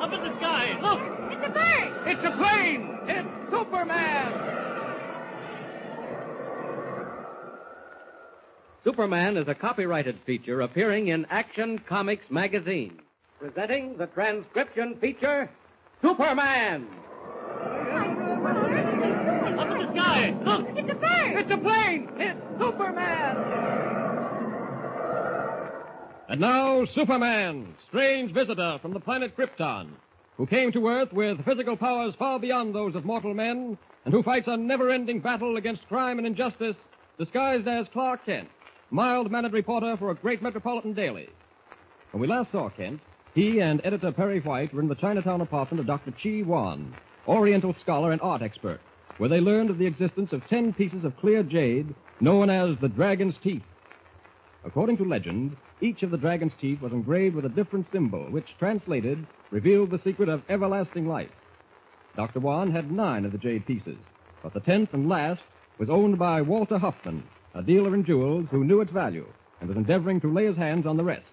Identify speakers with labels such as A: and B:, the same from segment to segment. A: Up in the sky, look!
B: It's a bird!
A: It's a plane! It's Superman!
C: Superman is a copyrighted feature appearing in Action Comics magazine, presenting the transcription feature Superman.
A: Up in the sky, look!
B: It's a bird!
A: It's a plane! It's Superman!
C: And now, Superman, strange visitor from the planet Krypton, who came to Earth with physical powers far beyond those of mortal men, and who fights a never ending battle against crime and injustice, disguised as Clark Kent, mild mannered reporter for a great metropolitan daily. When we last saw Kent, he and editor Perry White were in the Chinatown apartment of Dr. Chi Wan, Oriental scholar and art expert, where they learned of the existence of ten pieces of clear jade known as the Dragon's Teeth. According to legend, each of the dragon's teeth was engraved with a different symbol, which, translated, revealed the secret of everlasting life. Dr. Wan had nine of the jade pieces, but the tenth and last was owned by Walter Huffman, a dealer in jewels who knew its value and was endeavoring to lay his hands on the rest.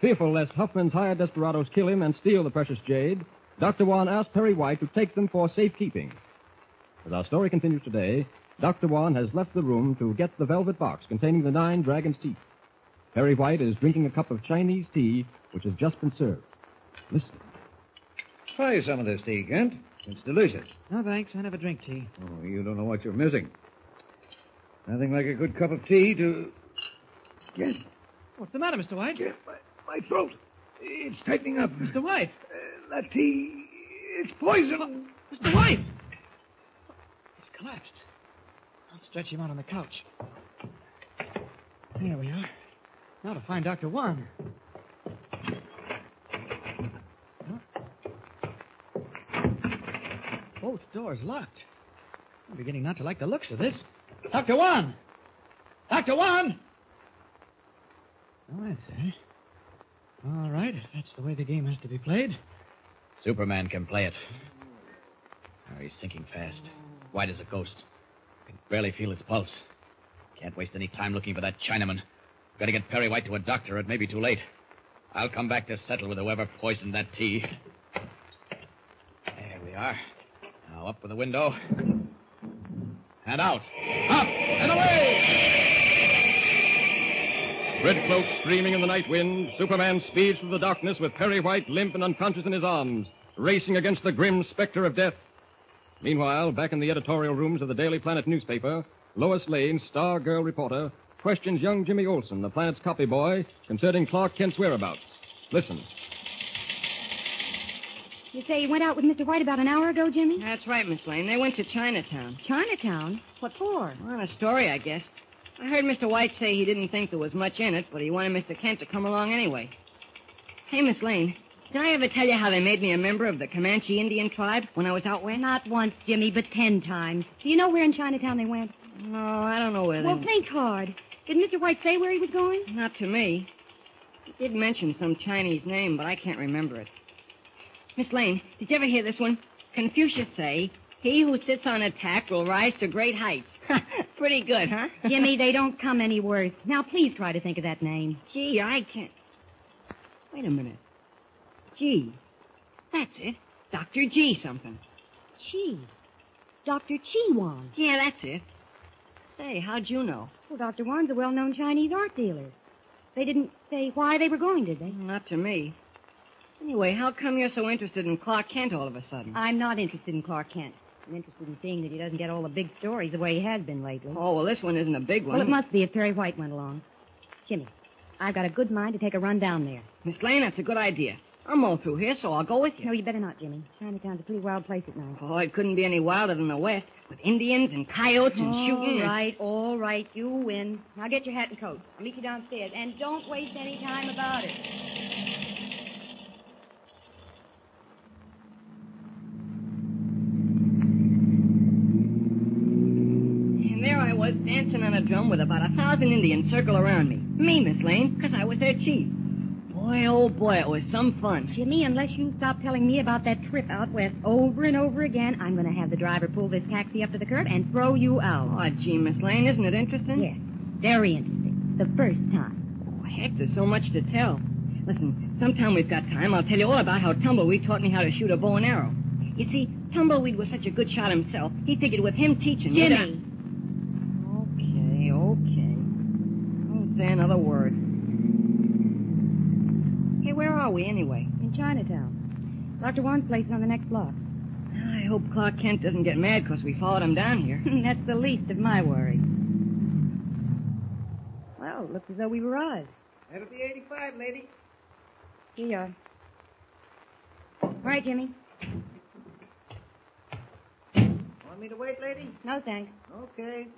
C: Fearful lest Huffman's hired desperados kill him and steal the precious jade, Dr. Wan asked Perry White to take them for safekeeping. As our story continues today, Dr. Wan has left the room to get the velvet box containing the nine dragon's teeth. Harry White is drinking a cup of Chinese tea, which has just been served. Listen.
D: Try some of this tea, Kent. It's delicious.
E: No, thanks. I never drink tea.
D: Oh, you don't know what you're missing. Nothing like a good cup of tea to. Yes,
E: What's the matter, Mr. White?
D: yes, my, my throat. It's tightening up.
E: Mr. White!
D: Uh, that tea. It's poison.
E: Mr. White! He's collapsed. I'll stretch him out on the couch. There we are. Now to find Dr. Wan. Huh? Both doors locked. I'm beginning not to like the looks of this. Dr. Wan! Dr. Wan! No answer. eh? All right, if that's the way the game has to be played.
F: Superman can play it. Oh, he's sinking fast, white as a ghost. Can barely feel his pulse. Can't waste any time looking for that Chinaman. Got to get Perry White to a doctor. or It may be too late. I'll come back to settle with whoever poisoned that tea. There we are. Now up with the window. And out. Up and away!
C: Red cloak screaming in the night wind, Superman speeds through the darkness with Perry White limp and unconscious in his arms, racing against the grim specter of death. Meanwhile, back in the editorial rooms of the Daily Planet newspaper, Lois Lane, star girl reporter, questions young Jimmy Olsen, the planet's copy boy, concerning Clark Kent's whereabouts. Listen.
B: You say you went out with Mr. White about an hour ago, Jimmy?
G: That's right, Miss Lane. They went to Chinatown.
B: Chinatown? What for?
G: On a story, I guess. I heard Mr. White say he didn't think there was much in it, but he wanted Mr. Kent to come along anyway. Hey, Miss Lane, did I ever tell you how they made me a member of the Comanche Indian tribe when I was out west?
B: Not once, Jimmy, but ten times. Do you know where in Chinatown they went?
G: No, I don't know where they
B: Well, think hard. Did Mr. White say where he was going?
G: Not to me. He did mention some Chinese name, but I can't remember it. Miss Lane, did you ever hear this one? Confucius say, he who sits on a tack will rise to great heights. Pretty good, huh?
B: Jimmy, they don't come any worse. Now, please try to think of that name.
G: Gee, I can't. Wait a minute. Gee. That's it. Dr. G something.
B: Chi. Dr. Chi Wan.
G: Yeah, that's it. Say, how'd you know?
B: Well, Dr. Wan's a well-known Chinese art dealer. They didn't say why they were going, did they?
G: Not to me. Anyway, how come you're so interested in Clark Kent all of a sudden?
B: I'm not interested in Clark Kent. I'm interested in seeing that he doesn't get all the big stories the way he has been lately.
G: oh, mm. well, this one isn't a big one.
B: Well, it must be if Perry White went along. Jimmy, I've got a good mind to take a run down there.
G: Miss Lane, that's a good idea. I'm all through here, so I'll go with you.
B: No, you better not, Jimmy. Chinatown's a pretty wild place at night.
G: Oh, it couldn't be any wilder than the West, with Indians and coyotes and shooting.
B: All
G: and-
B: right, all right, you win. Now get your hat and coat. I'll meet you downstairs, and don't waste any time about it.
G: outcome with about a thousand Indians circle around me. Me, Miss Lane, because I was their chief. Boy, oh boy, it was some fun.
B: Jimmy, unless you stop telling me about that trip out west over and over again, I'm going to have the driver pull this taxi up to the curb and throw you out.
G: Oh, gee, Miss Lane, isn't it interesting?
B: Yes, very interesting. The first time.
G: Oh, heck, there's so much to tell. Listen, sometime we've got time, I'll tell you all about how Tumbleweed taught me how to shoot a bow and arrow. You see, Tumbleweed was such a good shot himself, he figured with him teaching me. that-
B: Jimmy,
G: Okay, okay. Don't say another word. Hey, where are we anyway?
B: in Chinatown. Dr. Wan's place is on the next block.
G: I hope Clark Kent doesn't get mad because we followed him down here.
B: That's the least of my worry. Well, looks as though we've arrived.
D: That'll be 85, lady.
B: Here you are. All right, Jimmy.
D: Want me to wait, lady?
B: No thanks.
D: Okay.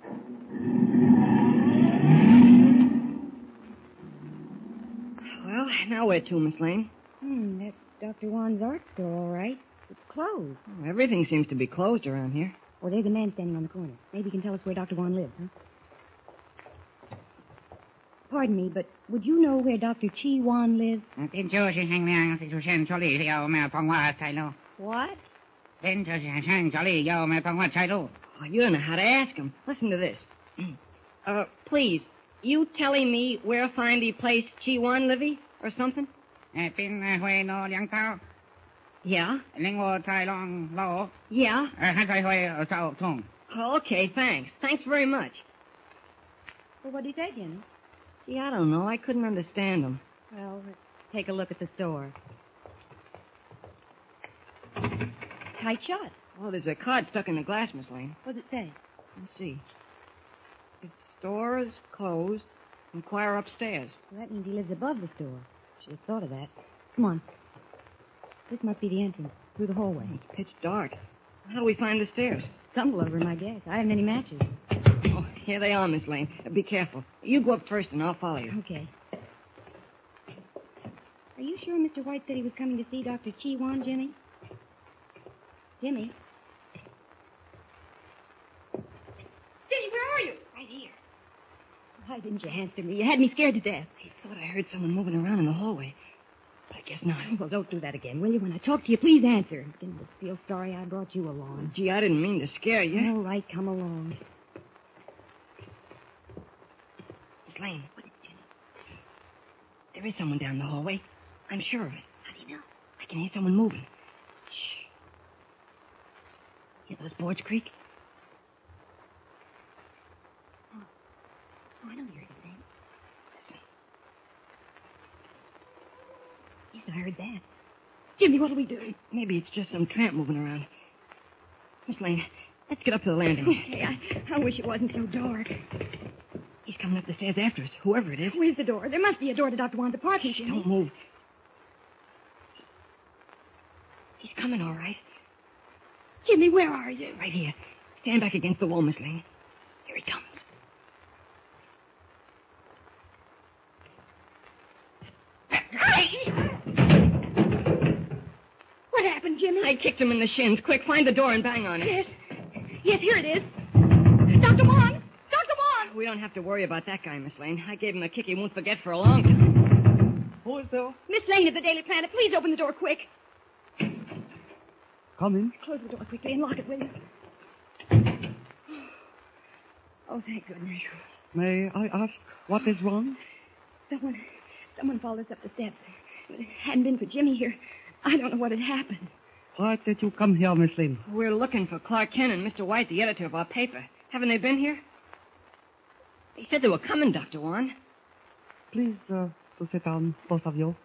G: Well, now where to, Miss Lane?
B: Hmm, that's Dr. Wan's art store, all right. It's closed.
G: Oh, everything seems to be closed around here.
B: Oh, there's a man standing on the corner. Maybe he can tell us where Dr. Wan lives, huh? Pardon me, but would you know where Dr. Chi Wan lives? What?
G: Oh, you don't know how to ask him. Listen to this. Uh, please, you telling me where find the place Chi Wan Livy or something? Yeah, yeah. Oh, okay, thanks. Thanks very much.
B: Well, what do you say, Jimmy?
G: Gee, I don't know. I couldn't understand him.
B: Well, let's take a look at the store. Tight shut.
G: Well, Oh, there's a card stuck in the glass, Miss Lane.
B: What's it say?
G: Let's see. If store is closed, inquire upstairs.
B: Well, that means he lives above the store. Should have thought of that. Come on. This must be the entrance through the hallway.
G: It's pitch dark. How do we find the stairs?
B: Stumble over, my guess. I haven't any matches.
G: Oh, here they are, Miss Lane. Uh, Be careful. You go up first, and I'll follow you.
B: Okay. Are you sure Mr. White said he was coming to see Dr. Chi Wan, Jimmy? Jimmy? Jimmy, where are you? Right here. Why didn't you answer me? You had me scared to death.
G: I thought I heard someone moving around in the hallway, but I guess not.
B: Well, don't do that again, will you? When I talk to you, please answer. I'm beginning to feel sorry I brought you along.
G: Gee, I didn't mean to scare you.
B: All right, come along.
G: Miss Lane, what did you... There is someone down the hallway. I'm sure of it. How do you know? I can hear someone moving. Shh. Hear those boards creak?
B: Oh, I don't hear anything.
G: Listen.
B: Yes, I heard that. Jimmy, what'll we do?
G: Maybe it's just some tramp moving around. Miss Lane, let's get up to the landing.
B: Okay, I, I wish it wasn't so dark.
G: He's coming up the stairs after us, whoever it is.
B: Where's the door? There must be a door to Dr. Wan's apartment,
G: Shh,
B: Jimmy.
G: don't move. He's coming, all right.
B: Jimmy, where are you?
G: Right here. Stand back against the wall, Miss Lane. Here he comes.
B: What happened, Jimmy?
G: I kicked him in the shins. Quick, find the door and bang on it.
B: Yes. Yes, here it is. Dr. Wan! Dr. Wan!
G: We don't have to worry about that guy, Miss Lane. I gave him a kick he won't forget for a long time. Who is there?
B: Miss Lane of the Daily Planet, please open the door quick.
E: Come in.
B: Close the door quickly and lock it, will you? Oh, thank goodness.
E: May I ask what is wrong?
B: Someone, someone followed us up the steps. If it hadn't been for Jimmy here, I don't know what had happened.
E: Why did you come here, Miss Lane?
G: We're looking for Clark Kent and Mr. White, the editor of our paper. Haven't they been here? They said they were coming, Dr. Wan.
E: Please uh, to sit down, both of you.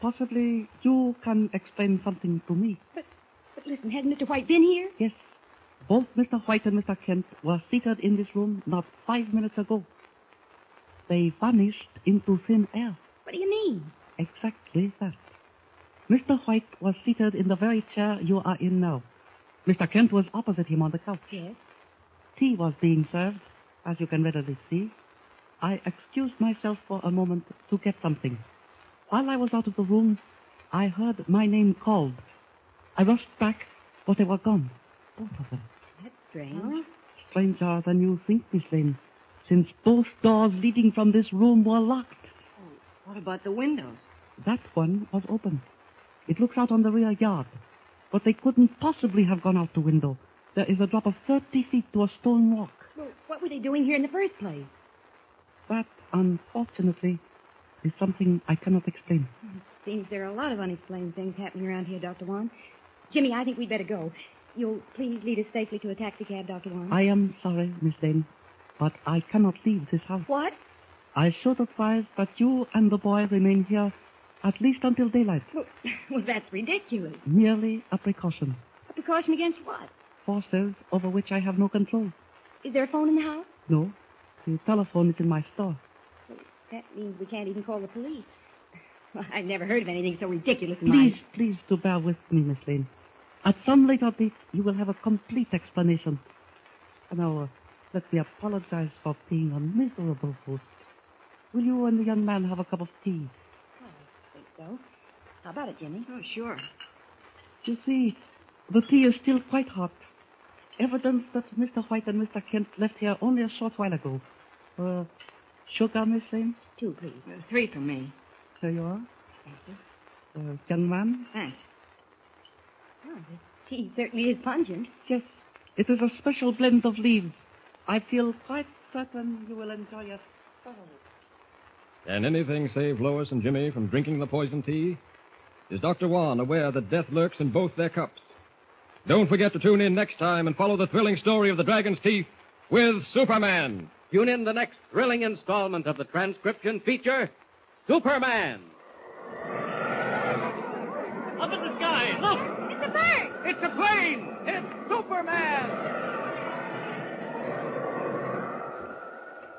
E: Possibly you can explain something to me.
B: But listen, has Mr. White been here?
E: Yes. Both Mr. White and Mr. Kent were seated in this room not five minutes ago. They vanished into thin air.
B: What do you mean?
E: Exactly that. Mr. White was seated in the very chair you are in now. Mr. Kent was opposite him on the couch.
B: Yes.
E: Tea was being served, as you can readily see. I excused myself for a moment to get something. While I was out of the room, I heard my name called. I rushed back, but they were gone. Both of them.
B: That's strange.
E: Stranger than you think, Miss Lane. since both doors leading from this room were locked.
G: What about the windows?
E: That one was open. It looks out on the rear yard. But they couldn't possibly have gone out the window. There is a drop of 30 feet to a stone walk.
B: Well, what were they doing here in the first place?
E: That, unfortunately, is something I cannot explain.
B: Seems there are a lot of unexplained things happening around here, Dr. Wan. Jimmy, I think we'd better go. You'll please lead us safely to a taxicab, Dr. Wan.
E: I am sorry, Miss Lane, but I cannot leave this house.
B: What?
E: I should advise that you and the boy remain here at least until daylight.
B: Well, well, that's ridiculous.
E: Merely a precaution.
B: A precaution against what?
E: Forces over which I have no control.
B: Is there a phone in the house?
E: No, the telephone is in my store.
B: That means we can't even call the police. Well, I've never heard of anything so ridiculous in
E: Please,
B: my...
E: please do bear with me, Miss Lane. At some later date, you will have a complete explanation. And now, uh, let me apologize for being a miserable host. Will you and the young man have a cup of tea?
B: Oh, I think so. How about it, Jimmy?
G: Oh, sure.
E: You see, the tea is still quite hot. Evidence that Mr. White and Mr. Kent left here only a short while ago. Uh, sugar, Miss Lane?
B: Two, please.
G: Uh, Three for me.
E: Here you are.
B: Thank you.
E: Uh, young man?
G: Thanks.
B: Oh, this tea certainly is pungent.
E: Yes. It is a special blend of leaves. I feel quite certain you will enjoy it thoroughly.
C: Can anything save Lois and Jimmy from drinking the poison tea? Is Dr. Wan aware that death lurks in both their cups? Don't forget to tune in next time and follow the thrilling story of the Dragon's Teeth with Superman.
H: Tune in the next thrilling installment of the transcription feature Superman.
A: Up in the sky, look!
B: It's a bird!
A: It's a plane! It's Superman!